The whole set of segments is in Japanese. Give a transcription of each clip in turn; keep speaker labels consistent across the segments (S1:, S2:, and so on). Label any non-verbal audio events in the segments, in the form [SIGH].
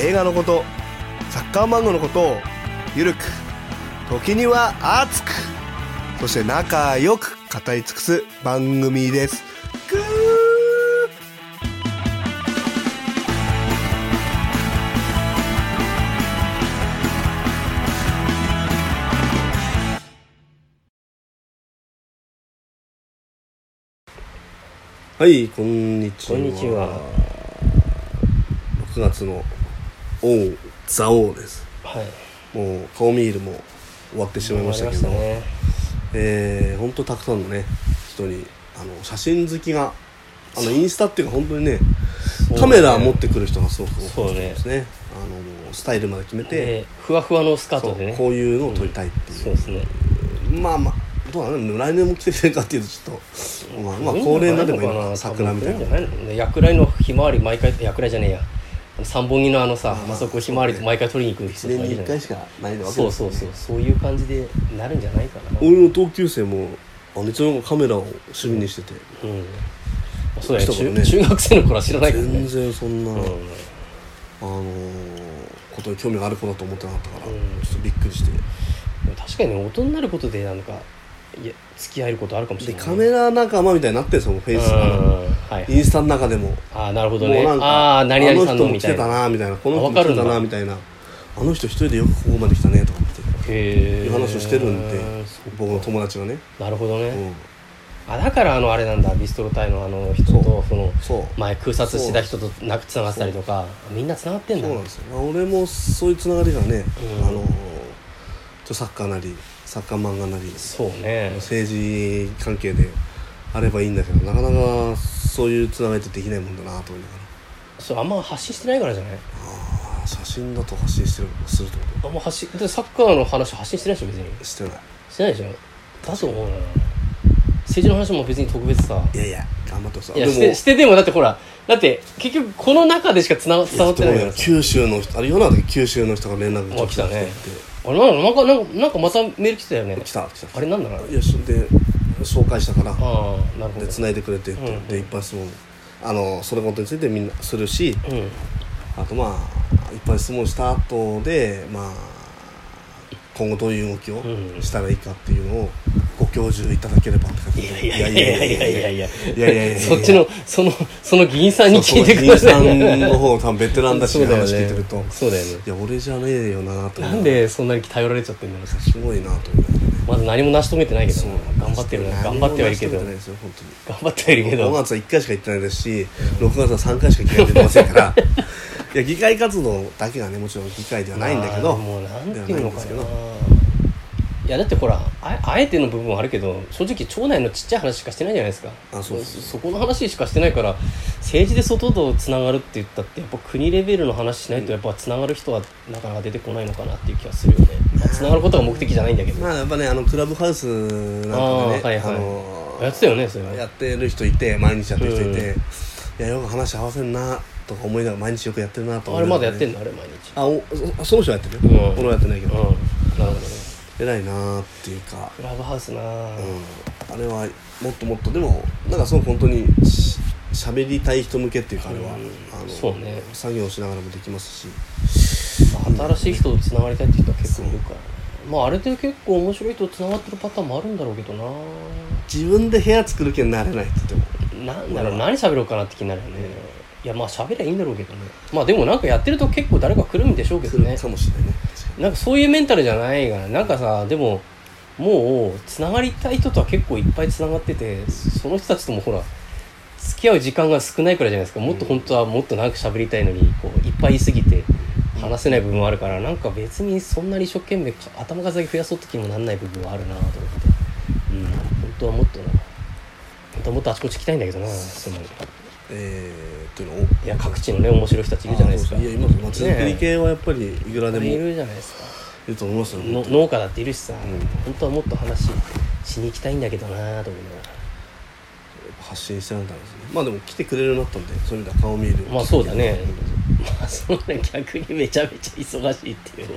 S1: 映画のことサッカー漫画のことをゆるく時には熱くそして仲良く語り尽くす番組ですぐーはい、こんにち
S2: こ
S1: は。
S2: んにちは。
S1: 9月のオン・ザ・オーです
S2: はい。
S1: もう顔見ールも終わってしまいましたけど
S2: 終わりま
S1: えー、ほんとたくさんのね人にあの写真好きがあのインスタっていうか本当にね
S2: したね
S1: カメラ持ってくる人がすごく
S2: そ
S1: 多
S2: う
S1: くて
S2: ね
S1: ですねあのもうスタイルまで決めて
S2: で、ふわふわのスカー
S1: そ
S2: トで
S1: う
S2: ね。
S1: こういうのを撮りたいっていう
S2: そうですね。
S1: まあまあどうなの来年も来てくれるかっていうとちょっとまあまあ恒例になればいいのか桜みたい
S2: 多
S1: な
S2: 分来るんじゃないの薬来のひまわり毎回、薬来じゃねえや。あの三本木のあのさ、
S1: ま
S2: あ
S1: あ
S2: そこひまわりと毎回取りに行く人
S1: 一年
S2: い
S1: に1
S2: るじゃな
S1: 回
S2: い
S1: しかないわけ
S2: そう
S1: です
S2: そ
S1: よ
S2: うそう、そういう感じでなるんじゃないかな。
S1: 俺の同級生もあのいつの間にかカメラを趣味にしてて
S2: うん。そうだよ
S1: 来たもん
S2: ね
S1: ね
S2: 中中学生の頃は知らないからね。
S1: 全然そんな、
S2: うん
S1: あのーことに興味がある子だと思ってなかったから、
S2: うん
S1: ちょっとびっくりして
S2: でも確かにね、大人になることで、なんか、いや、付き合えることあるかもし
S1: で
S2: れない。
S1: カメラ仲間みたいになってるんですよもうフ
S2: う
S1: ェ
S2: ん
S1: イスあの
S2: はいはい
S1: インスタの中でも、
S2: ああ、なるほど
S1: も
S2: ね。
S1: うなん
S2: あ
S1: か
S2: あ、何々さん
S1: あの
S2: の
S1: 人も
S2: み
S1: 来
S2: た
S1: て
S2: い
S1: た
S2: な。
S1: なみたいなこの人
S2: あ
S1: も
S2: わ
S1: 来
S2: か
S1: て
S2: るんだ
S1: たなみたいなあの人一人でよくここまで来たねとかって
S2: へ
S1: い
S2: え
S1: う話をしてるんで、
S2: そう
S1: 僕の友達がね、
S2: なるほどね、
S1: うん、
S2: あだからあのあれなんだビストロ隊のあの人
S1: そう
S2: とその
S1: そう、
S2: 前空撮してた人となくつながってたりとかみんなつながってんだ
S1: そうなんですよ、まあ俺もそういうつながりがね、
S2: うん
S1: あのーちょっとサッカーなりサッカー漫画なり
S2: そうね
S1: 政治関係であればいいんだけどなかなかそういうつながりってできないもんだなと思いなが
S2: そうあんま発信してないからじゃない
S1: らあー写真だと発信してるするってこ
S2: あんま発信でサッカーの話発信してないでしょ別に
S1: としてない
S2: してないでしょだと思うな政治の話も別に特別さ
S1: いやいや頑張ってさ
S2: いやしてしてでもだってほらだって結局この中でしかつな伝わってない
S1: い
S2: か
S1: や
S2: らさ
S1: 九州の人あれ夜な時九州の人が連絡
S2: あ来たね
S1: 来
S2: あれなんかなんかなんかまたメール来てたよね
S1: て来た来た
S2: あれなんだろう
S1: いやそで紹介したから
S2: ああなるほ
S1: で
S2: ど
S1: 繋いでくれてって、
S2: うん
S1: でいっぱい質問あのそれことについてみんなするし
S2: うん
S1: あとまあいっぱい質問した後でまあ今後どういう動きを
S2: うん
S1: したらいいかっていうのをご教授いただければって感じ
S2: いやいやいやいやいやいや
S1: いやいやいやいや
S2: そっちのそのその議員 [LAUGHS] さんに
S1: そ
S2: 聞
S1: う
S2: いてください
S1: 議員さんの方多分ベテランだし、
S2: そうだよね
S1: 話聞いてると
S2: そうだよね
S1: いや俺じゃねえよなと思う
S2: なんでそんなに頼られちゃってんだろう
S1: すごいなと思う
S2: まだ何も成し遂げてないけど頑張ってるな頑張ってはいるけど
S1: 何も成し遂げてないで
S2: 頑
S1: すよ本当に
S2: 張ってはいる
S1: 5
S2: けど
S1: 月は1回しか行ってないですし6月は3回しか議会出てませんから
S2: [LAUGHS]
S1: いや議会活動だけがねもちろん議会ではないんだけ
S2: ま
S1: ど
S2: あもうなんて
S1: では
S2: いう
S1: ない
S2: の
S1: んで
S2: か
S1: すけ
S2: な
S1: ど
S2: いやだってほらああえての部分はあるけど正直町内のちっちゃい話しかしてないじゃないですか
S1: あそうそう
S2: そこの話しかしてないから政治で外とつながるって言ったってやっぱ国レベルの話しないとやっぱつながる人はなかなか出てこないのかなっていう気がするよね、まあ、つながることが目的じゃないんだけど、
S1: まあやっぱねあのクラブハウスなんかでね
S2: あーはいはい
S1: の
S2: やってたよねそれは
S1: やってる人いて毎日やってる人いて、
S2: う
S1: いやよく話合わせんなとか思いながら毎日よくやってるなと
S2: あ
S1: 思い
S2: れ
S1: な
S2: ま
S1: が
S2: だ
S1: ら
S2: やって
S1: ね、
S2: んのあれ毎日
S1: あおそその人はやってる、
S2: うん
S1: 俺はやってないけ
S2: うん
S1: ど、
S2: なるほどね
S1: 偉いなーっていうか、
S2: クラブハウスなあ、
S1: うん、あれはもっともっとでもなんかその本当にししゃべりたい人向けっていうかあれは、
S2: うん
S1: あの
S2: そうね
S1: 作業しながらもできますし
S2: 新しい人とつながりたいって人は結構いるからねまああれで結構面白い人とつながってるパターンもあるんだろうけどな
S1: 自分で部屋作る気になれないって言っても
S2: なんだろう何喋ろうかなって気になるよねいやまあ喋りゃいいんだろうけどねまあでもなんかやってると結構誰か来るんでしょうけ
S1: す
S2: ど
S1: る
S2: ね
S1: かもしれないね
S2: なんかそういうメンタルじゃないからなんかさでももうつながりたい人とは結構いっぱいつながっててその人たちともほら付き合う時間が少ないくらいじゃないですかもっと本当はもっと長く喋りたいのにこういっぱいいすぎて話せない部分はあるからなんか別にそんなに一生懸命か頭数だけ増やそうって気にもなんない部分はあるなと思ってうん本当はもっとな本当はもっとあちこち行きたいんだけどなその
S1: えー、というのを
S2: いや各地のね面白い人たちいるじゃないですか
S1: あーそうそういや今もう手作り
S2: ね
S1: 系はやっぱりいくらでも
S2: い
S1: い
S2: るじゃないですか
S1: ると思いますよ、
S2: の
S1: 本当
S2: 農家だっているしさ、
S1: ん
S2: 本当はもっと話しに行きたいんだけどなぁと思いなが
S1: 発信してなんだろうですねまあでも来てくれるようになったんでそういう意味では顔見える
S2: らまあそうだねまあそのね逆にめちゃめちゃ忙しいっていうね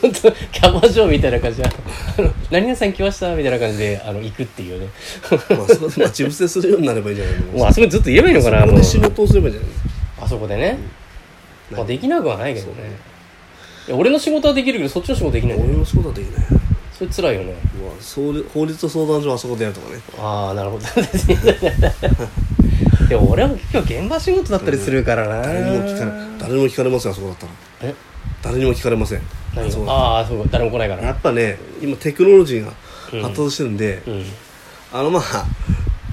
S2: 本当キャバ嬢みたいな感じであの「何々さん来ました」みたいな感じであの行くっていうね
S1: まあそこで待ち伏せするようになればいいんじゃないの
S2: もうあそこにずっと言えばいいのかな
S1: そこ
S2: もう
S1: で仕事をすればいいんじゃない
S2: あそこでね、
S1: うん
S2: まあ、できなくはないけど
S1: そう
S2: ね
S1: ね
S2: いや俺の仕事はできるけどそっちの仕事できないんだ
S1: 俺
S2: よ
S1: の仕事はできない
S2: それ辛いよね
S1: うわそうり法律相談所あそこでやるとかね
S2: ああなるほど [LAUGHS] でも俺は今日現場仕事だったりするからな、
S1: 誰にも聞かれ誰にも聞かれませんあそこだったら
S2: え
S1: 誰にも聞かれません
S2: 何
S1: そう
S2: ああそうか誰も来ないから
S1: やっぱね今テクノロジーが
S2: うん
S1: 発達してるんで、
S2: うん
S1: あのまあ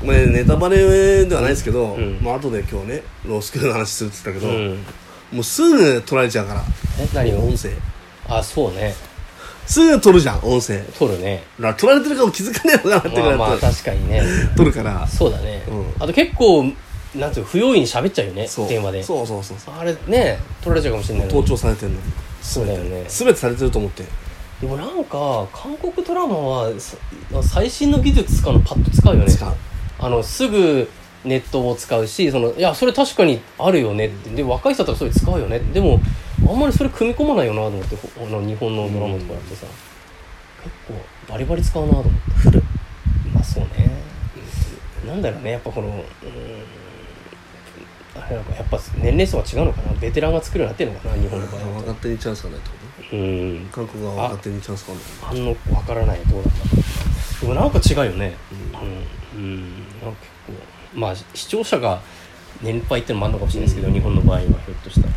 S1: これネタバレではないですけど、
S2: うん
S1: まあ後で今日ねロースクールの話するって言ったけ
S2: う
S1: ど、
S2: ん
S1: もうすぐ取られちゃうから
S2: え何を
S1: 音声
S2: あそうね
S1: すぐ取るじゃん音声だか
S2: 取るね
S1: ら取られてるかも気づかねえのかなってぐ
S2: ま
S1: ら
S2: あ
S1: い
S2: まあ
S1: 取る
S2: 確かにね
S1: 取るから
S2: そうだね、
S1: うん
S2: あと結構なんていうの不用意に喋っちゃうよね
S1: そう
S2: 電話で
S1: そうそうそうそう
S2: あれね取られちゃうかもしれない
S1: 盗聴されてるのに
S2: そうだよね
S1: 全てされてると思って
S2: でもなんか韓国ドラマはさ最新の技術使うのパッと使うよね
S1: 使う
S2: あのすぐネットも使うしそのいやそれ確かにあるよねってで若い人だったらそれ使うよねでもあんまりそれ組み込まないよなと思ってほあの日本のドラマとかだとさ、結構バリバリ使うなと思って古まあそうねなんだろうねやっぱこのうーんあれなんかやっぱ年齢層が違うのかなベテランが作るようになってるのかな日本の場合は
S1: 若手にチャンスがないってこと
S2: うん
S1: 韓国は若手にチャンスがある
S2: あんのわからないどうだったでもなんか違うよね
S1: のかな、
S2: うん、うん、なんか結構まあ視聴者が年配ってのもあるのかもしれないですけど、日本の場合はひょっとしたら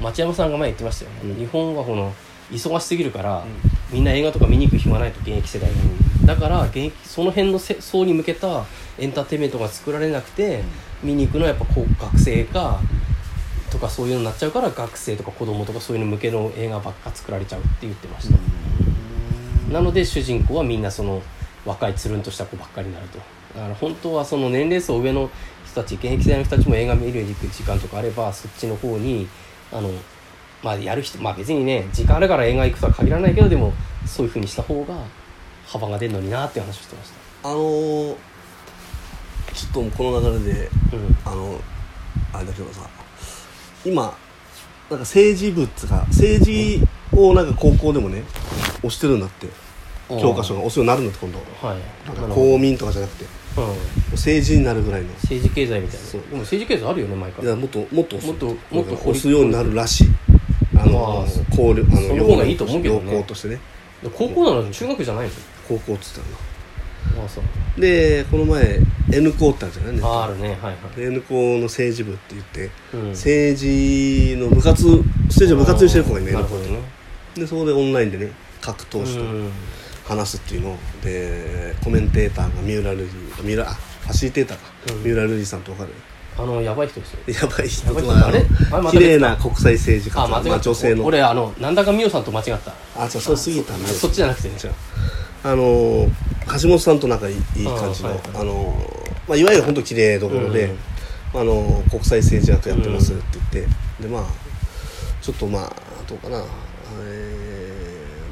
S2: 町山さんが前言ってましたよね、
S1: うん
S2: 日本はこの忙しすぎるから、
S1: うん
S2: みんな映画とか見に行く暇ないと現役世代が、だから現役その辺のせ層に向けたエンターテインメントが作られなくて、見に行くのはやっぱこう学生かとかそういうのになっちゃうから学生とか子供とかそういうの向けの映画ばっか作られちゃうって言ってました、なので主人公はみんなその若いつるんとした子ばっかりになるとだから本当はその年齢層上の人たち現役世代の人たちも映画見る行く時間とかあればそっちの方にあの、まあ、やる人まあ別にね時間あるから映画行くとは限らないけどでもそういう風にした方が幅が出るのになっていう話をしてまし
S1: あのー、ちょっともうこの流れで
S2: たうん
S1: あのあれだけどさ今なんか政治部っつうか政治をなんか高校でもね押してるんだって教科書が押すようになるんだって今度
S2: はい
S1: なんか公民とかじゃなくて
S2: うん
S1: 政治になるぐらいの
S2: 政治経済みたいな
S1: そう
S2: でも政治経済あるよね前か
S1: いや
S2: ら
S1: もっともっと押す
S2: もっともっと
S1: 押すようになるらしいあ
S2: ま
S1: の
S2: あ
S1: 考慮あ
S2: その方がいいと思うけどね
S1: 要項としてね
S2: 高校なのに中学じゃないの
S1: 高校っつったの
S2: ああそう
S1: でこの前 N 校ってあるじゃないね
S2: ああるねはいはい、
S1: で N 校の政治部って言って、
S2: うん、
S1: 政治の部活政治の部活にしてる子がいる
S2: な
S1: の
S2: る
S1: ね
S2: ほどね
S1: でそこでオンラインでね格闘士と話すっていうのをでコメンテーターが三浦瑠麗三浦あファシリテーターか、
S2: うん
S1: 三浦瑠麗さんと分かる [LAUGHS]
S2: あのやばい人ですよ
S1: でやばい人と
S2: やばい人
S1: あ
S2: 誰あれ
S1: の
S2: また
S1: 綺麗な国際政治家
S2: あ
S1: と
S2: 間違った、
S1: まあ、女性の
S2: 俺あのなんだか美桜さんと間違った
S1: あじゃあそう杉田美桜
S2: そっちじゃなくてね
S1: じゃああのー橋本さんと仲いいいい感じの
S2: あ
S1: あ、
S2: はいはい
S1: のーまあ、いわゆる本当綺麗どころで、
S2: うん
S1: あのー国際政治学やってますって言って、でまあちょっとまあどうかなえ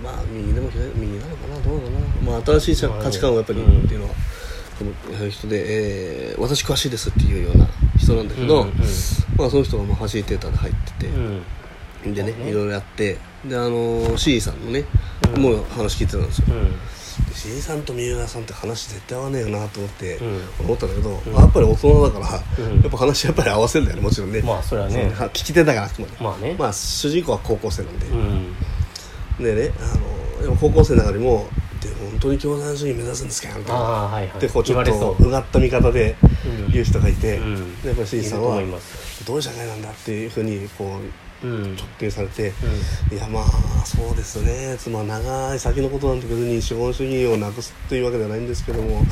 S1: ーまあ右でも左でも右なのかなどうかな、まあ、新しい社価値観をやっぱり、
S2: うん
S1: っていうのはこの人で、えー私詳しいですっていうような人なんだけど、
S2: うんうん
S1: まあ、その人がまあファシリテーターで入ってて。
S2: うん
S1: でね
S2: そうね
S1: いろいろやってであのー C さんのね、
S2: うん
S1: もう話聞いてたんですよ
S2: うん
S1: で C さんと三浦さんって話絶対合わねえよなと思って
S2: うん
S1: 思ったんだけど、
S2: ん
S1: まあやっぱり大人だから、
S2: うん
S1: やっぱ話やっぱり合わせるんだよねもちろんね
S2: まあそれはね
S1: そう聞き手だからあくまで、
S2: まあね
S1: まあ、主人公は高校生なんで、
S2: うん
S1: でねあのーでも高校生の中でもで「本当に共産主義目指すんですか?」みたい
S2: あ
S1: な
S2: あはいはい
S1: でこうちょっ
S2: 言わ
S1: と
S2: れそう
S1: がった見方で
S2: うん
S1: 言う人がいて、
S2: うん
S1: でやっぱり C
S2: いる
S1: さん
S2: と思
S1: はい
S2: ます
S1: どういう社会なんだっていうふうにこう
S2: ううん
S1: 直定されて、いやまあそうですねつまり長い先のことなんて別に資本主義をなくすというわけではないんですけども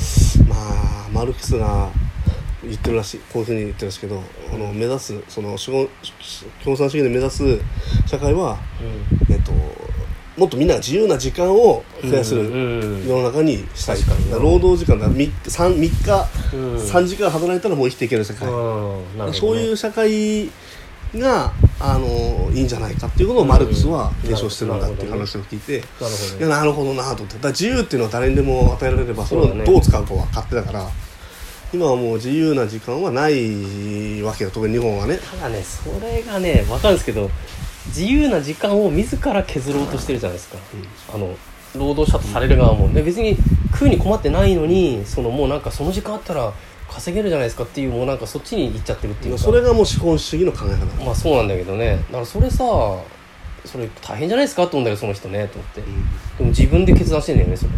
S1: まあマルクスが言ってるらしいこういうふうに言ってるらしいけどこの目指すその資本共産主義で目指す社会は、
S2: うん
S1: えっともっとみんなが自由な時間を増やせ
S2: う
S1: る
S2: ん
S1: 世の中にしたい、
S2: 確かにな
S1: 労働時間だ 3, 三三日、
S2: うん
S1: 3時間働いたらもう生きていける社会、
S2: うんなるほどね
S1: そういう社会があのいいんじゃないかっていうことをマルクスは提唱してるんだっていう話を聞いて。
S2: なる
S1: い
S2: ほ
S1: や
S2: どね
S1: なるほどなと思ってだから自由っていうのは誰にでも与えられればそれ
S2: そうだ
S1: を
S2: ね
S1: どう使うかは勝手だから今はもう自由な時間はないわけよ特に日本はね
S2: ただねそれがねわかるんですけど自由な時間を自ら削ろうとしてるじゃないですか、あの労働者とされる側も、で別に食うに困ってないのにそのもうなんかその時間あったら稼げるじゃないですかっていうもうなんかそっちに行っちゃってるっていうか
S1: それがもう資本主義の考え方
S2: まあそうなんだけどねだからそれさそれ大変じゃないですかと思うんだけどその人ねと思って、でも自分で決断してんだよねそれっ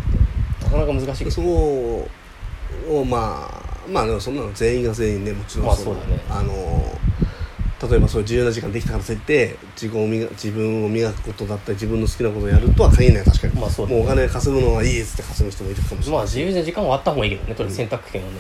S2: てなかなか難しいけ
S1: で
S2: ど
S1: そこをまあまあでもそんなの全員が全員ねもちろん
S2: まあ
S1: の
S2: そうだね
S1: あの例えばそういう自由な時間できたからといって自己を磨自分を磨くことだったり自分の好きなことをやるとは限らない確かに、
S2: まあそうだ
S1: も
S2: ね
S1: うお金稼ぐのはいいっつって稼ぐ人もいるかもしれない、
S2: まあ自由な時間はあった方がいいけどねとりあえず選択権はね、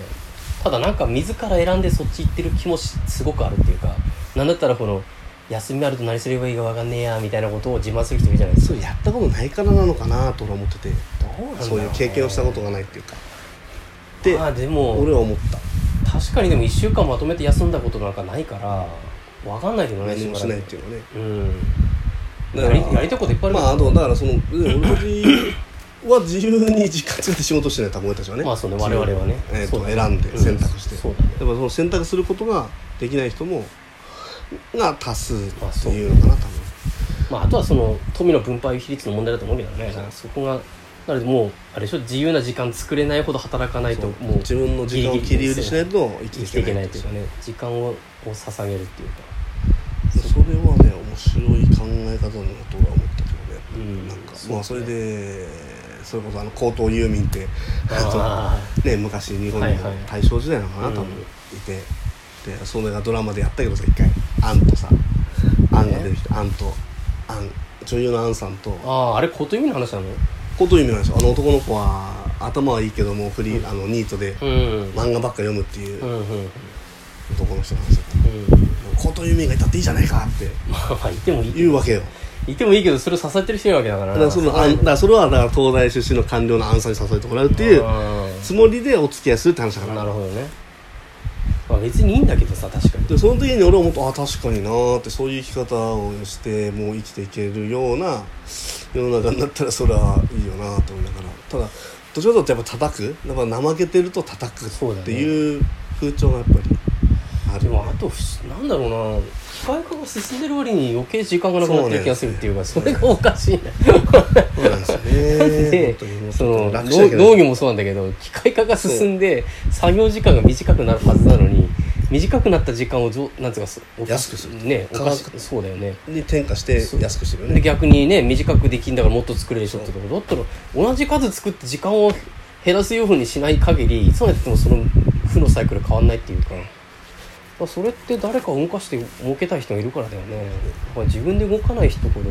S2: ただなんか自ら選んでそっち行ってる気もしすごくあるっていうかなんだったらこの休みあると何すればいいかわかんねえやみたいなことを自慢する人いるじゃないです
S1: そ
S2: か
S1: れやったことないからなのかなと俺は思ってて
S2: なんだろうね
S1: そういう経験をしたことがないっていうかで
S2: まあでも
S1: 俺は思った
S2: 確かにでも1週間まとめて休んだことなんかないからわかんないけどね
S1: 何もしないって
S2: う
S1: いうのはね
S2: うん
S1: だか
S2: や
S1: ら
S2: りやりたいこといっぱいある
S1: まああとだからそ
S2: [CLEARS THROAT]
S1: の俺たちは自由に時間使って仕事してない多分俺たちはね
S2: まあそうね我々はね
S1: えー
S2: そ
S1: と
S2: うだね
S1: 選んで選択して、
S2: うんそうだね
S1: やっぱその選択することができない人もが多数っ
S2: まあ
S1: て
S2: そう
S1: いうのかな多分
S2: まあ、あとはその富の分配比率の問題だと思うけどね、そこがなのでもうあれでしょ自由な時間作れないほど働かないと
S1: そう
S2: もう
S1: 自分の時間を切り売りしないと生き
S2: 生
S1: てい
S2: きてい
S1: け
S2: けな
S1: ないい
S2: というかね時間をこう捧げるっていうか
S1: それはね面白い考え方だなと俺は思ったけどね
S2: うん
S1: なんか
S2: そう
S1: まあそれでそれこそあの高等遊民って [LAUGHS]
S2: あ
S1: とね昔日本の
S2: はいはい
S1: 大正時代なのかな、
S2: うん
S1: 多分いてでそれがドラマでやったけどさ一回アンとさアンが出てきてアンとアン女優のアンさんと
S2: あああれこと意味の話なの
S1: 高等遊民なんですよあの男の子は頭はいいけどもフリー、あのニートで
S2: うんうん
S1: 漫画ばっか読むっていう
S2: う
S1: うん
S2: うん
S1: 男の人なんですよ高等遊民がいたっていいじゃないかって
S2: まあまあいてもいい
S1: 言うわけよ
S2: いてもいいけどそれを支えてる人いるわけだから
S1: だからそのあんだからそれはだから東大出身の官僚のアンさんに誘えてもらうっていう
S2: う
S1: つもりでお付き合いするって話だから
S2: んなるほどね、まあ、別にいいんだけどさ確かに
S1: でその時に俺は思ったあ確かになーってそういう生き方をしてもう生きていけるような世の中になったらそれはいいよなーと思いながらただどちらかというとやっぱ叩くやっぱ怠けてると叩く
S2: そうだね
S1: っていう風潮がやっぱりある
S2: でもあと不思なんだろうな機械化が進んでる割に余計時間がなくなってる気がするっていうかそれがおかしいな
S1: そうなんです
S2: [LAUGHS]
S1: よね
S2: で
S1: 本当にもう
S2: その
S1: 楽した
S2: 農
S1: けど
S2: 農業もそうなんだけど機械化が進んで作業時間が短くなるはずなのに短くなった時間をぞなんつうかそおかし
S1: 安くする
S2: ねお
S1: 価
S2: か
S1: 格
S2: しそうだよね
S1: に転嫁して安くしてるよ
S2: で
S1: ね
S2: 逆にね短くできんだからもっと作れる人ってとこだったら同じ数作って時間を減らすようにしない限りいつまでやってもその負のサイクル変わんないっていうかまあそれって誰か動かして儲けたい人がいるからだよねだから自分で動かない人ほど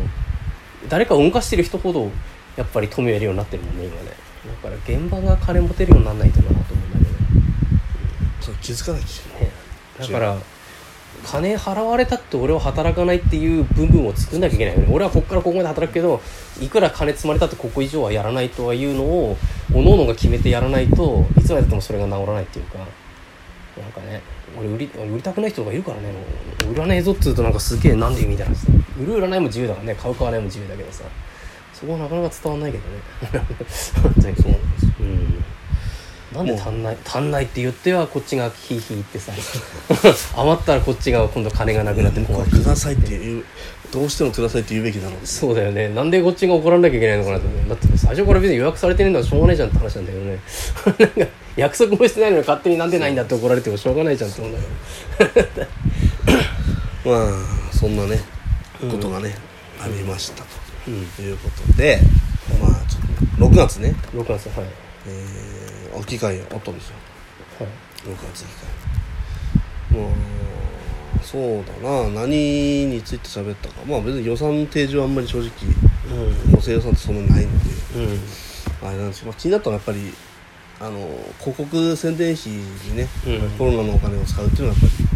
S2: 誰か動かしてる人ほどやっぱり富を得るようになってるもんね今ねだから現場が金持てるようにならないとなと思うんだけど
S1: そう気づかないし
S2: ねだから金払われたって俺は働かないっていう部分を作んなきゃいけないよね俺はここからここまで働くけどいくら金積まれたってここ以上はやらないとはいうのを各々が決めてやらないといつまでたってもそれが治らないっていうかなんかね俺売り俺売りたくない人がいるからねもう売らねえぞっつうとなんかすげえなんでみたいな話売る売らないも自由だからね買う買わないも自由だけどさそこはなかなか伝わんないけど [LAUGHS] ね本当にそうなんですよ、うんなんで足んない足んないって言ってはこっちがヒーヒー言って [LAUGHS] さ余ったらこっちが今度金がなくなって
S1: 僕
S2: 困
S1: は
S2: る
S1: くださいっていうどうしてもくださいって言うべきだろう
S2: そうだよねなんでこっちが怒らなきゃいけないのかなってだって最初から別に予約されてねえのはしょうがないじゃんって話なんだけどね [LAUGHS] なんか約束もしてないのに勝手になんでないんだって怒られてもしょうがないじゃんって思うんだけど
S1: まあそんなね
S2: うん
S1: ことがね、ありました
S2: うん
S1: ということで、まあちょっと6月ね、
S2: 6月はい、はい、
S1: えー、機会あったんですよ6月機会もうそうだな何について喋ったかまあ別に予算提示はあんまり正直
S2: うん
S1: 補正予算ってそんなにないので
S2: うん
S1: あれなんですけど、まあ、気になったのはやっぱりあの広告宣伝費にね、
S2: うん
S1: コロナのお金を使うっていうのはやっぱり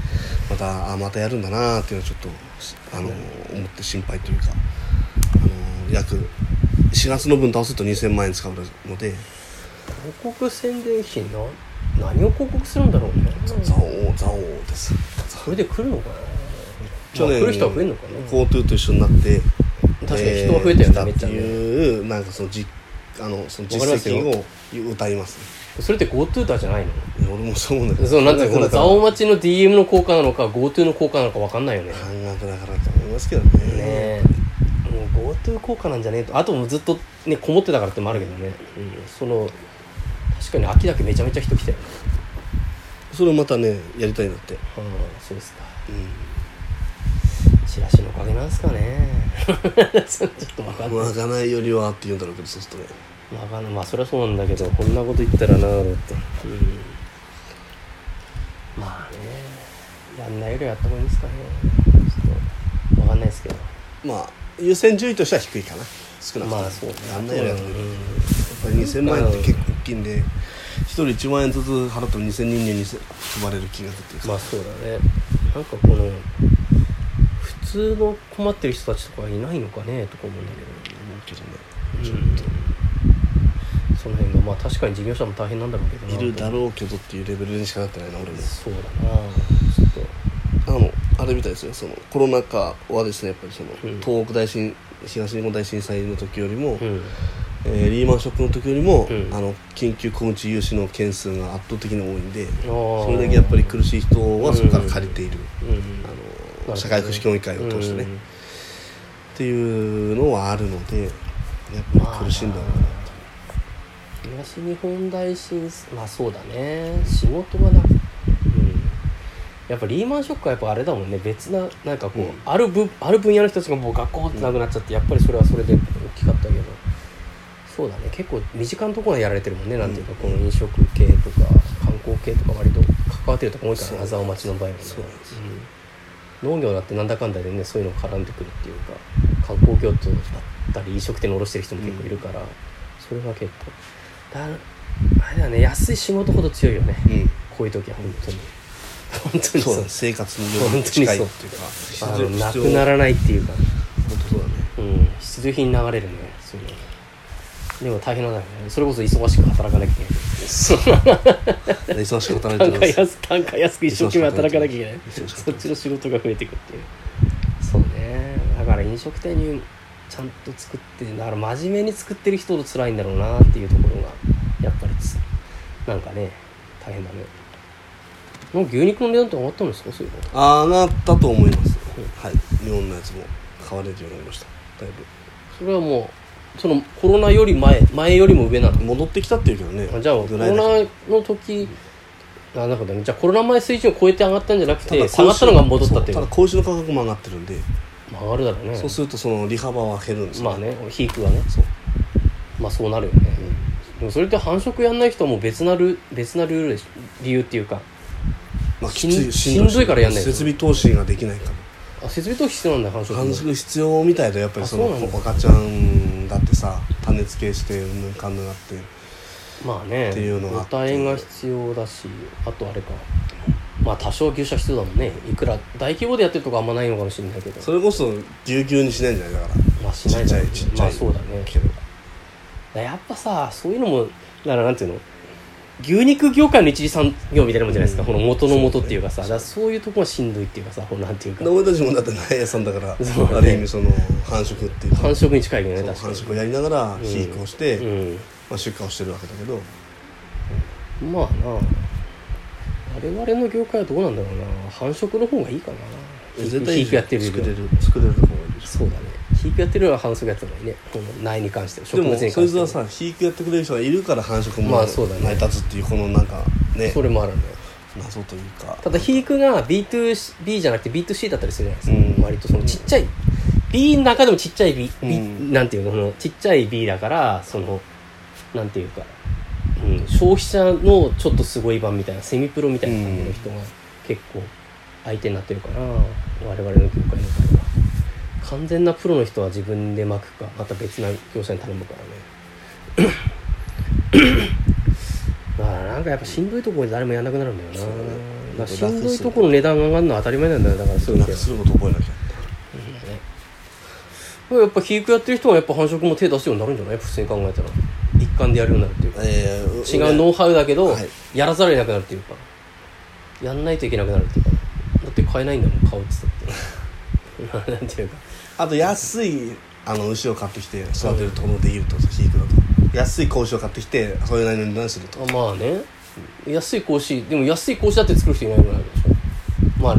S1: またあまたやるんだなーっていうのはちょっとあの思って心配というかあの約4月の分倒すと2000万円使うので
S2: 広告宣伝費な何を広告するんだろうね
S1: ザオザオです
S2: それで来るのかな
S1: 去
S2: まあ
S1: 年
S2: 来る人は増えるのかな
S1: GoTo と一緒になって
S2: 確かに人が増えたよねめっ
S1: 来
S2: ち
S1: た
S2: ゃ
S1: って
S2: ね
S1: いうなんかそのじあのその実績
S2: わ
S1: を歌います
S2: それって GoTo だじゃないの
S1: ね俺もそう思うんだけど
S2: そうなんていうのこの
S1: だか
S2: 蔵
S1: ら
S2: 王町の DM の効果なのか GoTo の効果なのか分かんないよねね
S1: 半額だからと思いますけどね
S2: えもう GoTo 効果なんじゃねえとあともうずっとねこもってたからってもあるけどね、うん、その確かに秋だけめちゃめちゃ人来たよね
S1: それをまたねやりたいんだって
S2: うんそうですか
S1: う
S2: チラシのおかげなんですかね [LAUGHS] ちょっと分かん
S1: ん
S2: ない
S1: まかないよりはって言うんだろうけどそうするとね
S2: まあ、まあそりゃそうなんだけどこんなこと言ったらなと思ってまあねやんないよりはやった方がいいんですかねちょっとわかんないですけど
S1: まあ優先順位としては低いかな少なくとも
S2: まあそうね
S1: やんないよりはやっ
S2: うん
S1: ぱり2000万円って結構大きいんで一人1万円ずつ払っても2000人に2000配れる金額っていうか、
S2: まあそうだねなんかこの普通の困ってる人たちとかいないのかねとか思うんだ
S1: 思うけどね
S2: けど、うんその辺がまあ確かに事業者も大変なんだろうけどない
S1: るだろうけどっていうレベルにしかなってないな俺も
S2: そうだなちょっと
S1: あのあれみたいですよそのコロナ禍はですねやっぱりその、
S2: うん
S1: 東北大震東日本大震災の時よりも、
S2: うん
S1: えーリーマンショックの時よりも、
S2: うん
S1: あの緊急小口融資の件数が圧倒的に多いんで
S2: そ
S1: それだけやっぱり苦しい人はそこから借りている、
S2: うん
S1: あの社会福祉協議会を通してね、っていうのはあるのでやっぱり苦しいんだろうな
S2: まあ東日本大震災まあそうだね仕事がなうんやっぱリーマンショックはやっぱあれだもんね別ななんかこう、
S1: うん
S2: ある分ある分野の人たちがもう学校ってなくなっちゃってやっぱりそれはそれで大きかったけどそうだね結構身近なところでやられてるもんねなんていうか、
S1: うん
S2: この飲食系とか観光系とか割と関わってるとこ多いから
S1: そう
S2: な蔵尾町の場合はね
S1: そうなんですよ
S2: うん農業だってなんだかんだでねそういうの絡んでくるっていうか観光業とだったり飲食店に卸してる人も結構いるから、それは結構だあれだね安い仕事ほど強いよね、
S1: うん
S2: こういう時は本当に本当にそう
S1: そうだね生活の量に近いっていうか
S2: あのなくならないっていうか、
S1: 本当そうだね
S2: うん、必需品流れるねそういうのでも大変なんだよねそれこそ忙しく働かなきゃいけない
S1: そう
S2: [LAUGHS]
S1: 忙しく働いて
S2: 単価
S1: ます
S2: 安単価安く一生懸命働かなきゃいけない
S1: 一生懸
S2: そ
S1: 命働いてる
S2: っちの仕事が増えていくっていうそうねだから飲食店にちゃんと作ってだから真面目に作ってる人ほど辛いんだろうなっていうところがやっぱりつなんかね大変だねもう牛肉の値段って上がったんですかそういうの
S1: ああなったと思いますはい日本のやつも買われるようになりましただいぶ
S2: それはもうそのコロナより前前よりも上なの
S1: 戻ってきたっていうけど
S2: あ
S1: ね
S2: じゃあコ
S1: ぐ
S2: ロ
S1: らいだけど
S2: ナの時あなるほどねじゃあコロナ前水準を超えて上がったんじゃなく
S1: ただ
S2: て下がったのが戻ったっていう
S1: そうただ子牛の価格も上がってるんで
S2: まあ上がるだろうね
S1: そうするとその利幅は減るんですよ
S2: まあね皮膚はね
S1: そう
S2: まあそうなるよね、でもそれって繁殖やんない人はもう別なル別なルールでし理由っていうか
S1: まあき
S2: しん
S1: つい
S2: しんどいからやんないと
S1: 設備投資ができないから
S2: あ設備投資必要なんだ繁殖も
S1: 繁殖必要みたいでやっぱりその
S2: あそうなんだ
S1: 赤ちゃんだってさ種付けしてうんぬんかんぬんあって
S2: まあね
S1: っていうのがあ
S2: 母
S1: って
S2: 体が必要だしあとあれかまあ多少牛舎必要だもんねいくら大規模でやってるとこあんまないのかもしれないけど
S1: それこそぎゅうぎゅうにしないんじゃないだから
S2: まあしないだろうね
S1: ちっちゃいちっちゃい
S2: まあそうだね
S1: けど
S2: だやっぱさそういうのもだからなんていうの牛肉業界の一次産業みたいなもんじゃないですか、
S1: うん
S2: この元の元っていうかさそう,、だからそういうとこがしんどいっていうかさこうなんていうか
S1: で俺たちもだって苗屋さんだから
S2: そうだね
S1: ある意味その繁殖っていうか
S2: 繁殖に近いよね
S1: そう
S2: 確か
S1: 繁
S2: に
S1: 殖をやりながら
S2: ん
S1: 肥育をして、
S2: うん
S1: まあ、出荷をしてるわけだけど
S2: まあな我々の業界はどうなんだろうな繁殖の方がいいかな飼育やってるより
S1: 作
S2: は
S1: れる作れる方がいいでしょ
S2: そうだね飼育やってるよりは繁殖やってたのにねこの苗に関しても植
S1: で
S2: 物に
S1: も
S2: 関して
S1: そいつはさ肥育やってくれる人がいるから繁殖
S2: ま
S1: も
S2: あそうだね
S1: 成り立つっていうこのなんかね
S2: それもあるんだよ
S1: 謎というか
S2: ただ肥育が B2B じゃなくて B2C だったりするじゃないです
S1: う
S2: か、
S1: ん
S2: 割とそのちっちゃい B の中でもちっちゃい B、B
S1: うん
S2: なんていうのそのちっちゃい B だからそのなんていうか、うん、消費者のちょっとすごい版みたいなセミプロみたいな感じの人が結構相手になってるから、我々の業界の場合は完全なプロの人は自分で巻くかまた別な業者に頼むからね
S1: [COUGHS]
S2: だからなんかやっぱしんどいところで誰もやんなくなるんだよな
S1: そうだね
S2: だからしんどいところの値段が上がるのは当たり前なんだよだからそういう
S1: なんか
S2: のだよ
S1: すること覚えなきゃ
S2: ねこれやっぱ肥育やってる人はやっぱ繁殖も手出すようになるんじゃない普通に考えたら一貫でやるようになるっていうか
S1: えー
S2: 違うノウハウだけど、
S1: はい
S2: やらざるを得なくなるっていうかやんないといけなくなるっていうかだって買えないんだもん買うっつ
S1: [LAUGHS]
S2: ったってなんていうか
S1: あと安いあの牛を買ってきて育てるところでいると飼育だと安い子牛を買ってきてそれなりの値段すると
S2: あまあね安い格子でも安い格子だって作る人いないぐらいあるでしょまあ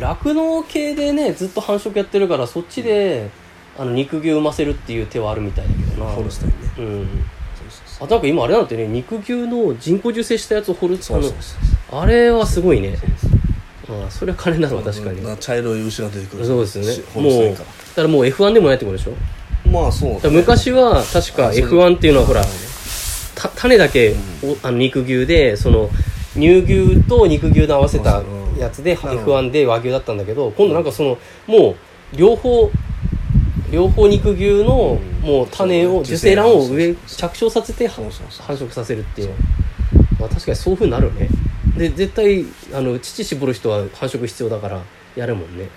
S2: 酪農系でねずっと繁殖やってるからそっちで、あの肉牛産ませるっていう手はあるみたいだけどな
S1: ホルスタインね
S2: うん
S1: そうそうそう
S2: あなんか今あれなんだってね肉牛の人工授精したやつをホルスタ
S1: そうそうそう
S2: あれはすごいねああそれは金なのは確かに
S1: な茶色い牛が出てくる
S2: そうですよね
S1: ホルスタ
S2: も
S1: イン
S2: う
S1: か
S2: だからもう F1 でもないってことでしょ
S1: らまあそう
S2: だから昔は確か
S1: あそう
S2: F1 っていうのはほらた種だけおあの肉牛でその乳牛と肉牛の合わせたやつで
S1: そううんなるほど
S2: F1 で和牛だったんだけど今度なんかそのもう両方両方肉牛の
S1: うん
S2: もう種を
S1: 受
S2: 受
S1: 精
S2: 精
S1: 卵
S2: 卵
S1: を
S2: を上着床させて
S1: そ
S2: 繁
S1: うそうそう
S2: 殖させるっていうまあ確かにそういうふうになるよねで絶対あの乳絞る人は繁殖必要だからやるもんね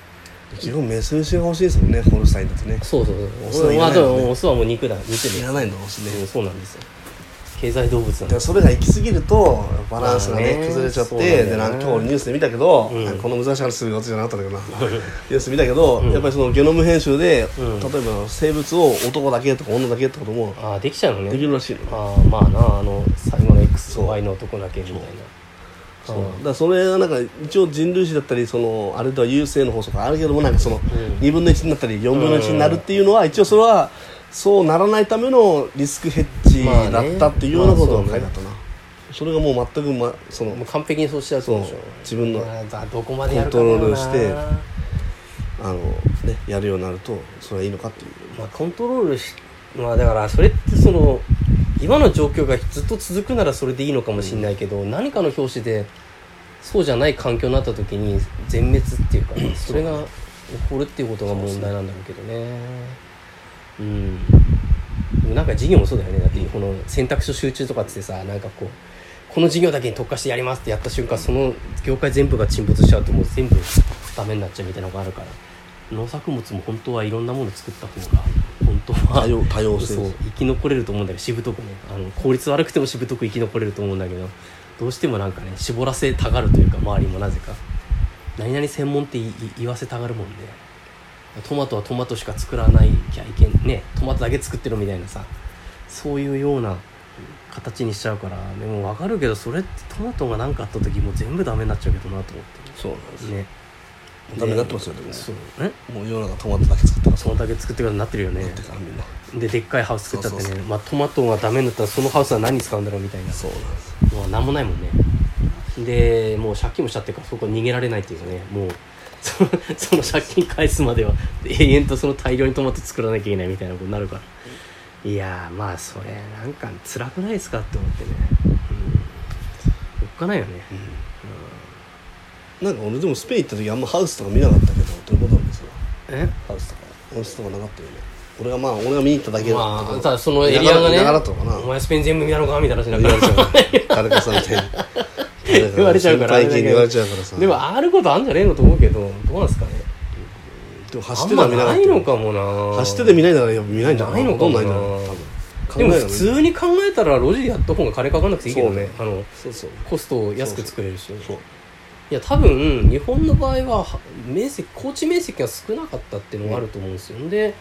S1: 基本メス牛が欲しいですもんねホルスタインだとね
S2: そうそう
S1: オス
S2: そう
S1: はいら
S2: まあ
S1: ない
S2: で
S1: もんね
S2: もオスはもう肉だ肉で
S1: いらないのオスね
S2: うんそうなんですよ経済動物なん
S1: だか
S2: で
S1: らそれが行き過ぎるとバランスが
S2: まあ
S1: ね
S2: ね
S1: 崩れちゃって、
S2: そうなんだよね
S1: でなんか今日ニュースで見たけど、
S2: うん
S1: なんかこの難しい話するわけじゃなかったんだけどなニュース見たけど、やっぱりそのゲノム編集で、
S2: うん
S1: 例えば生物を男だけとか女だけってことも
S2: ああできちゃうのね
S1: できるらしいの、
S2: ああまあなあの最後の
S1: そう
S2: XY の男だけみたいな
S1: そう
S2: あ
S1: だからそれがなんか一応人類史だったりそのあれとは優勢の法則あるけどもなんかその
S2: ん
S1: 2分の1になったり4分の1になるっていうのは一応それはそうならないためのリスクヘッジ
S2: まあね
S1: だったっていうようなことが書いてあったな、
S2: ま
S1: それがもう全く、ま、その
S2: もう完璧にそうしちゃうってことでしょ
S1: そう自分の
S2: まあだどこまでやるかだ
S1: コ
S2: よ
S1: ント
S2: な
S1: ロールしてあのねやるようになるとそれはいいのかっていう
S2: まあ、コントロールしまあだからそれってその今の状況がずっと続くならそれでいいのかもしれないけど、何かの拍子でそうじゃない環境になった時に全滅っていうか、それが起こるっていうことが問題なんだろうけどねうんでもなんか授業もそうだよねだってこの選択肢集中とかっつってさなんかこうこの授業だけに特化してやりますってやった瞬間その業界全部が沈没しちゃうともう全部ダメになっちゃうみたいなのがあるから農作物も本当はいろんなもの作った方が本当は
S1: 多様多様性
S2: そう生き残れると思うんだけどしぶとくねあの効率悪くてもしぶとく生き残れると思うんだけどどうしてもなんかね絞らせたがるというか周りもなぜか何々専門っていい言わせたがるもんねトマトはトマトしか作らないきゃいけんねトマトだけ作ってるみたいなさそういうような形にしちゃうからでも分かるけどそれってトマトが何かあった時もう全部ダメになっちゃうけどなと思っ
S1: そうなんです
S2: てね
S1: ダメになってますよでもね
S2: そうえ
S1: もう世の中トマトだけ作ったら
S2: ト
S1: そう
S2: マトだけ作ってくるようになってるよね
S1: なってからみんな
S2: ででっかいハウス作っちゃってね
S1: そうそうそ
S2: まあ、トマトがダメになったらそのハウスは何に使うんだろうみたいな
S1: そうなんです
S2: もう何もないもんねでもう借金もしちゃってるからそこ逃げられないっていうかねもう [LAUGHS] そのその借金返すまでは永遠とその大量にトマト作らなきゃいけないみたいなことになるからいやーまあそれなんか辛くないですかって思ってね、うん、おっかないよね、
S1: なんか俺でもスペイン行った時あんまハウスとか見なかったけどどういうことなんですか
S2: え
S1: ハウスとかハウスとかなかったよね俺がまあ俺が見に行っただけだ
S2: ま
S1: った
S2: あ
S1: け
S2: た
S1: ど
S2: だそのエリアがね
S1: ながらとかな
S2: お前スペイン全部見たのかみたいな話にな
S1: 言
S2: っ
S1: わ
S2: て
S1: れち [LAUGHS] ゃう誰かさんみたいに誰か
S2: [LAUGHS] 言われちゃうから
S1: 先輩系に言われちゃうからさ
S2: でもあることあんじゃねえのと思うけどどうなんですかね
S1: でも走
S2: あ
S1: っ
S2: ん
S1: てた
S2: ま
S1: ら見なか
S2: な
S1: っ
S2: い
S1: た
S2: のかもな
S1: 走ってて見ないならやっぱ見ないんじゃない
S2: ないのかもな
S1: ほとんどないんじゃない多分
S2: でも
S1: 考え
S2: 普
S1: がね
S2: 通に考えたら路地でやった方が金かかんなくていいけどねあの
S1: そうそう
S2: コストを安く作れるし
S1: そう
S2: いや多分日本の場合はは面積高地面積が少なかったっていうのがあると思うんですよ、で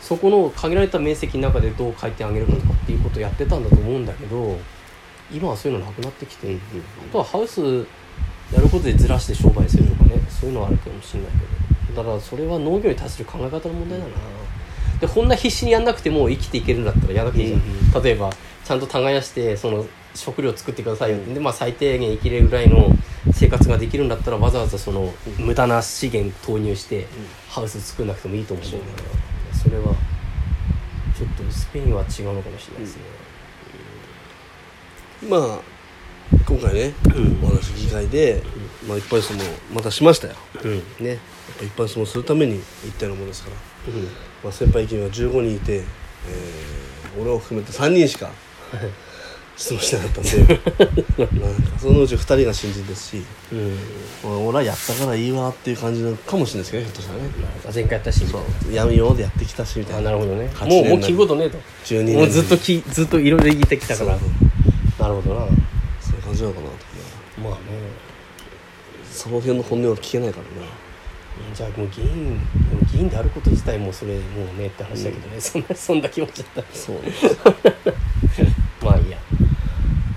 S2: そこの限られた面積の中でどう変えてあげるかとかっていうことをやってたんだと思うんだけど今はそういうのなくなってきて、
S1: うん
S2: あとはハウスやることでずらして商売するとかね、そういうのはあるかもしれないけどだからそれは農業に対する考え方の問題だな、でこんな必死にやんなくても生きていけるんだったらやらなくていいじゃん、
S1: う
S2: 例えばちゃんと耕してその食料作ってくださいよ、でまあ最低限生きれるぐらいの生活ができるんだったらわざわざその無駄な資源投入してハウス作んなくてもいいと思うんだけど、それはちょっとスペインは違うのかもしれないですね、
S1: まあ今回ね、お話議会で、まあ、いっぱいそのまたしましたよ
S2: うんうん
S1: ねやっぱいっぱいそのするために行ったようなものですから、
S2: うん
S1: まあ、先輩議員は15人いて、えー俺を含めて3人しか質問してなかったんで
S2: [LAUGHS]
S1: なんかそのうち2人が新人ですし
S2: うん
S1: まあ俺はやったからいいわっていう感じなのかもしれないですけどひょっとしたらね
S2: あ前回やったしみたいな
S1: そうや今までやってきたしみた
S2: あ
S1: いな
S2: なるほどね
S1: 8
S2: もうもう
S1: 年
S2: 聞くことねえと
S1: 12年
S2: もうずっときずっといろいろ聞いてきたから
S1: そう
S2: なるほどな
S1: そういう感じなのかなと思
S2: まあね
S1: うなその辺の本音は聞けないからな
S2: じゃあもう議員もう議員であること自体もうそれもうねって話だけどね、そんな [LAUGHS] そんな気持ちだっ
S1: そう
S2: たまあいいや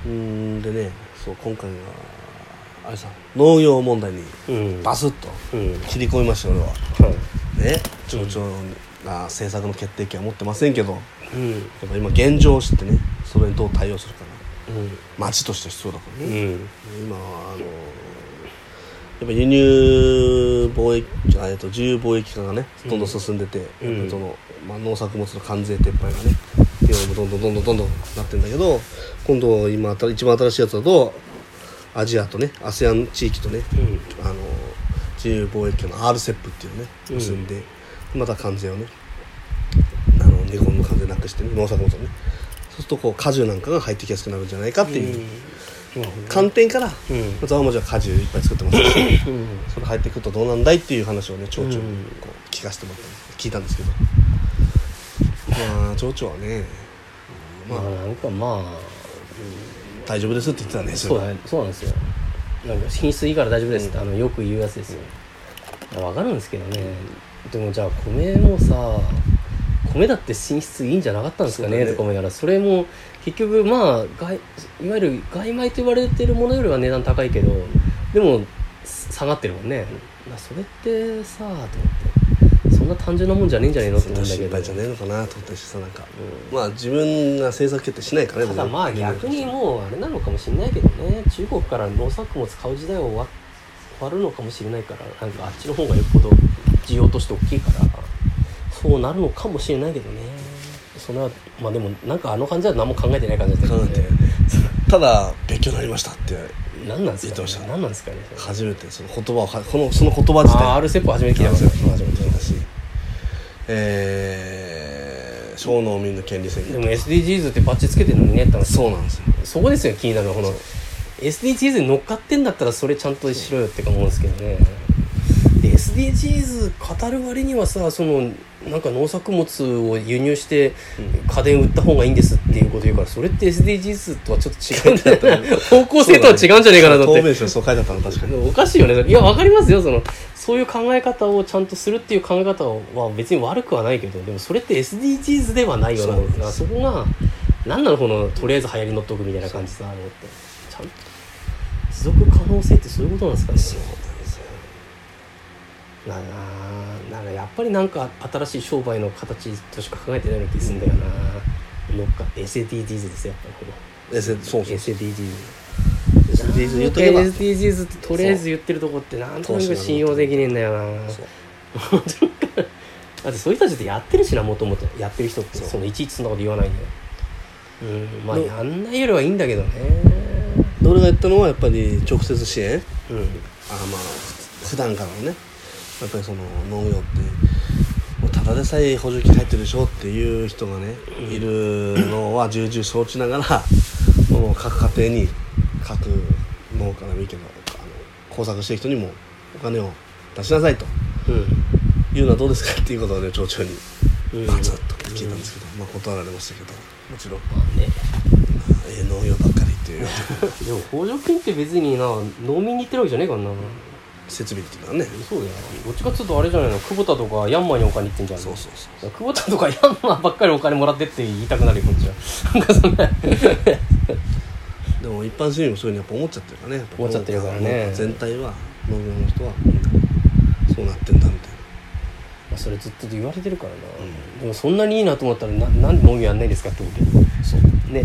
S1: うんでねそう今回はあれさ農業問題に
S2: うん
S1: バスッと
S2: うん
S1: 切り込みましたよ俺は
S2: はい
S1: ね町長が政策の決定権は持ってませんけどや
S2: うん
S1: っぱ今現状を知ってねそれにどう対応するかな
S2: うん
S1: 町として必要だから
S2: う
S1: ね、
S2: ん
S1: 今はあのやっぱ輸入貿易あえっと自由貿易化がねどんどん進んでて、
S2: うん
S1: やっぱその、まあ、農作物の関税撤廃がねっていうのもどんどんどんどんどんどんなってんだけど今度今新一番新しいやつだとアジアとね ASEAN 地域とね
S2: うん
S1: あの自由貿易の RCEP っていうのね
S2: うん
S1: 結んで、また関税をねあの日本の関税なくしてね農作物をねそうするとこう果樹なんかが入ってきやすくなるんじゃないかっていう
S2: なるほどね
S1: 観点から
S2: うん
S1: ざわもじは果汁いっぱい作ってます [COUGHS] し
S2: うん
S1: それ入ってくるとどうなんだいっていう話をね町長に
S2: うん
S1: こう聞かせてもらったんです聞いたんですけどまあ町長はね
S2: まあなんかまあ
S1: 大丈夫ですって言ってたね
S2: そ
S1: れ
S2: う
S1: は
S2: だねそうなんですよなんか品質いいから大丈夫ですって、あのよく言うやつですよ分かるんですけどね、でもじゃあ米もさ米だって品質いいんじゃなかったんです
S1: そ
S2: か
S1: う
S2: ね
S1: だね
S2: とか思いながらそれも結局まあ外いわゆる外米と言われてるものよりは値段高いけどでも下がってるもんね、まあ、それってさあと思ってそんな単純なもんじゃねえんじゃねえのって
S1: そん
S2: 思う
S1: なん
S2: だけ
S1: 心
S2: ど
S1: 配じゃねえのかなと思ったしさなんか、まあ自分が政策決定しないからね
S2: ただまあ
S1: 全然
S2: 逆にもうあれなのかもしれないけどね中国から農作物買う時代は終わ終わるのかもしれないからなんかあっちの方がよっぽど需要として大きいからそうなるのかもしれないけどねそれはまあでもなんかあの感じは何も考えてない感じだった
S1: 考
S2: け
S1: えて
S2: ど、ね、
S1: ただ勉強になりましたって
S2: 何なんです
S1: 言
S2: か、
S1: ってました
S2: ね、何なんですかね
S1: 初めてその言葉をはこのその言葉自体
S2: ああ R ステップ初めて聞いたんですよ
S1: 初めて聞いたしえー、小農民の権利制
S2: で
S1: 限
S2: も SDGs ってバッチつけてるのにねって話
S1: そうなんですよ
S2: そこですよ気になるのはこの SDGs に乗っかってんだったらそれちゃんとしろよってか思うんですけどねで SDGs 語る割にはさそのなんか農作物を輸入して家電売った方がいいんですっていうこと言うからそれって SDGs とはちょっと違うんだよね方向性とは違うんじゃねえかなと
S1: 透
S2: 思っ
S1: 明
S2: て
S1: ですよそう書いてあったの確かに
S2: おかしいよねいやわかりますよそのそういう考え方をちゃんとするっていう考え方は別に悪くはないけどでもそれって SDGs ではないよな
S1: そう
S2: なそこが何なのこのとりあえず流行りに乗っとくみたいな感じだなと思ってちゃんと持続可能性ってそういうことなんですかねだななんかやっぱりなんか新しい商売の形としか考えてないような気するんだよな、乗っか SDGs ですよやっぱりこの
S1: S そうそう
S2: SDGs
S1: SDGs 言っとけば
S2: SDGs ってとりあえず言ってるとこってなんとなく信用できねえんだよな
S1: そう
S2: だってそういう人たちってやってるしなもともとやってる人って
S1: そう
S2: そのいちいちそんなこと言わないんだようんまあ
S1: の
S2: やんないよりはいいんだけどね
S1: で俺が言ったのはやっぱり直接支援
S2: うん
S1: あまあ普段からのねやっぱりその農業ってもうただでさえ補助金入ってるでしょっていう人がねいるのは重々承知ながらもう各家庭に各農家でもいいけどあの工作してる人にもお金を出しなさいというのはどうですかっていうことをね町長に
S2: うん
S1: バツッと聞いたんですけど、まあ断られましたけどもちろん、
S2: まあね
S1: えー農業ばっかりっていう
S2: [LAUGHS] でも補助金って別にな農民に言ってるわけじゃねえからな
S1: 設備っていうのはね
S2: そうだよどっちかっつうとあれじゃないの久保田とかヤンマーにお金いってんじゃん
S1: そうそうそう
S2: 久保田とかヤンマーばっかりお金もらってって言いたくなるよこっちはなんかそんな
S1: でも一般市民もそういうふうにやっぱ思っちゃってるからねやぱ
S2: 思っちゃってるからね
S1: 農家全体は農業の人はみんなそうなってんだみたい
S2: まあ、それずっと言われてるからな、でもそんなにいいなと思ったらななんで農業やんないんですかってことね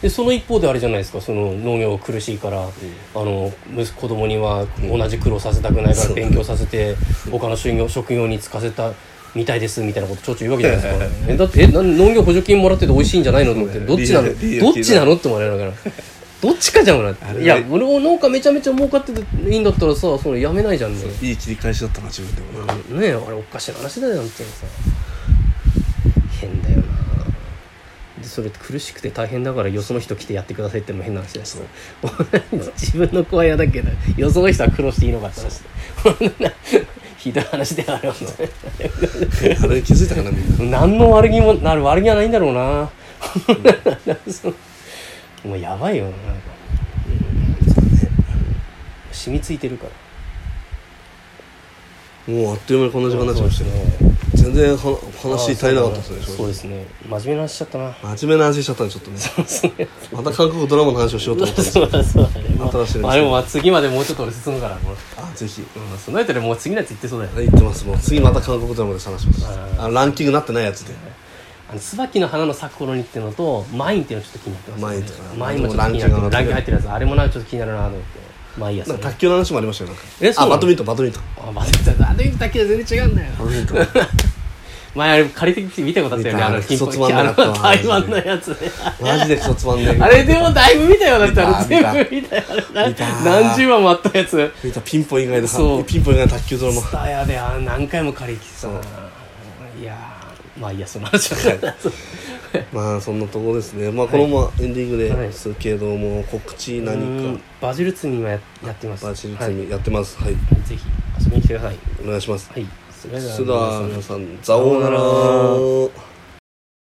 S2: でその一方であれじゃないですかその農業苦しいから、あの息子供には同じ苦労させたくないか
S1: そ
S2: ら
S1: う
S2: 勉強させて他の就業職業に就かせたみたいですみたいなことちょいちょい言うわけじゃないですかえだってえなん農業補助金もらってて美味しいんじゃないのと思って
S1: そうだ
S2: ど
S1: よ
S2: っちなの
S1: 理由理由聞い
S2: ど
S1: た
S2: っちなのって思われながら。どっちかじゃん
S1: あれ
S2: 俺
S1: ね
S2: いや俺も農家めちゃめちゃ儲かってていいんだったらさそのやめないじゃんね
S1: ないい切り返しだったな自分でもな、
S2: ねえあれおかしな話だよなんてさ変だよなでそれ苦しくて大変だからよその人来てやってくださいってのも変な話だし [LAUGHS] 自分の子は嫌だけどよその人は苦労していいのかって話 [LAUGHS] ひどい話だよあれは
S1: あれ気づいたかなみんな
S2: 何の悪気もなる悪気はないんだろうな [LAUGHS] もうやばいよなんか染みついてるから
S1: もうあっという間にこんな時間になっちゃいましたね
S2: そうですね
S1: 全然は話足りなかったですね正直
S2: そうですね真面目な話しちゃったな
S1: 真面目な話しちゃったんでちょっとねまた韓国ドラマの話をしようと思
S2: [LAUGHS]
S1: ったんです
S2: そうだそうだね、ま
S1: 新しいの
S2: あ、でもまあ次までもうちょっと俺進むからもう、
S1: あぜひ
S2: うん、そのやつでもう次のやつ言ってそうだよね
S1: 言ってますもう次また韓国ドラマで話します
S2: あ
S1: あランキングなってないやつで
S2: あの椿の花の咲く頃にっていうのとマインっていうのちょっと気になってます、
S1: マインとか
S2: マインもちょっと気になって
S1: で
S2: ま
S1: も
S2: すラ
S1: ランキ
S2: ンキン
S1: ング
S2: グ入ってるやつあれもなんかちょっと気になるなと思ってまあいいや
S1: なん
S2: れ
S1: か卓球の話もありましたよなんか
S2: えそう
S1: あ
S2: なの
S1: バドミントンバドミントン
S2: あバドミントンバドミントンだけは全然違うんだよ
S1: バドミントン
S2: 前あれ借りてきて見たことあったよね
S1: 見た
S2: あの金
S1: クソつまん
S2: あ
S1: なか
S2: の
S1: ったわ
S2: 台湾のやつね
S1: [LAUGHS] マジでクソつまんねえ
S2: あれでもだいぶ見たよだってあれ
S1: 見た
S2: 全部見たよあれ
S1: 見た
S2: 何十話もあったやつ
S1: 見たピンポン以外の
S2: そう
S1: ピンポン以外の卓球ドラマ
S2: スタヤであ何回も借りてさ [LAUGHS] いやーまあいいやその話は
S1: まあそんなとこですねまあこのままエンディングで
S2: はい
S1: ですけども告知
S2: う
S1: 何
S2: ん
S1: か
S2: バジルツミはややってます
S1: バチリツ
S2: はい
S1: ミやってますはい
S2: ぜひ遊びに来てください
S1: お願いします
S2: はいそれ
S1: それで
S2: は
S1: は
S2: 皆さん
S1: 皆さん、ざおうなら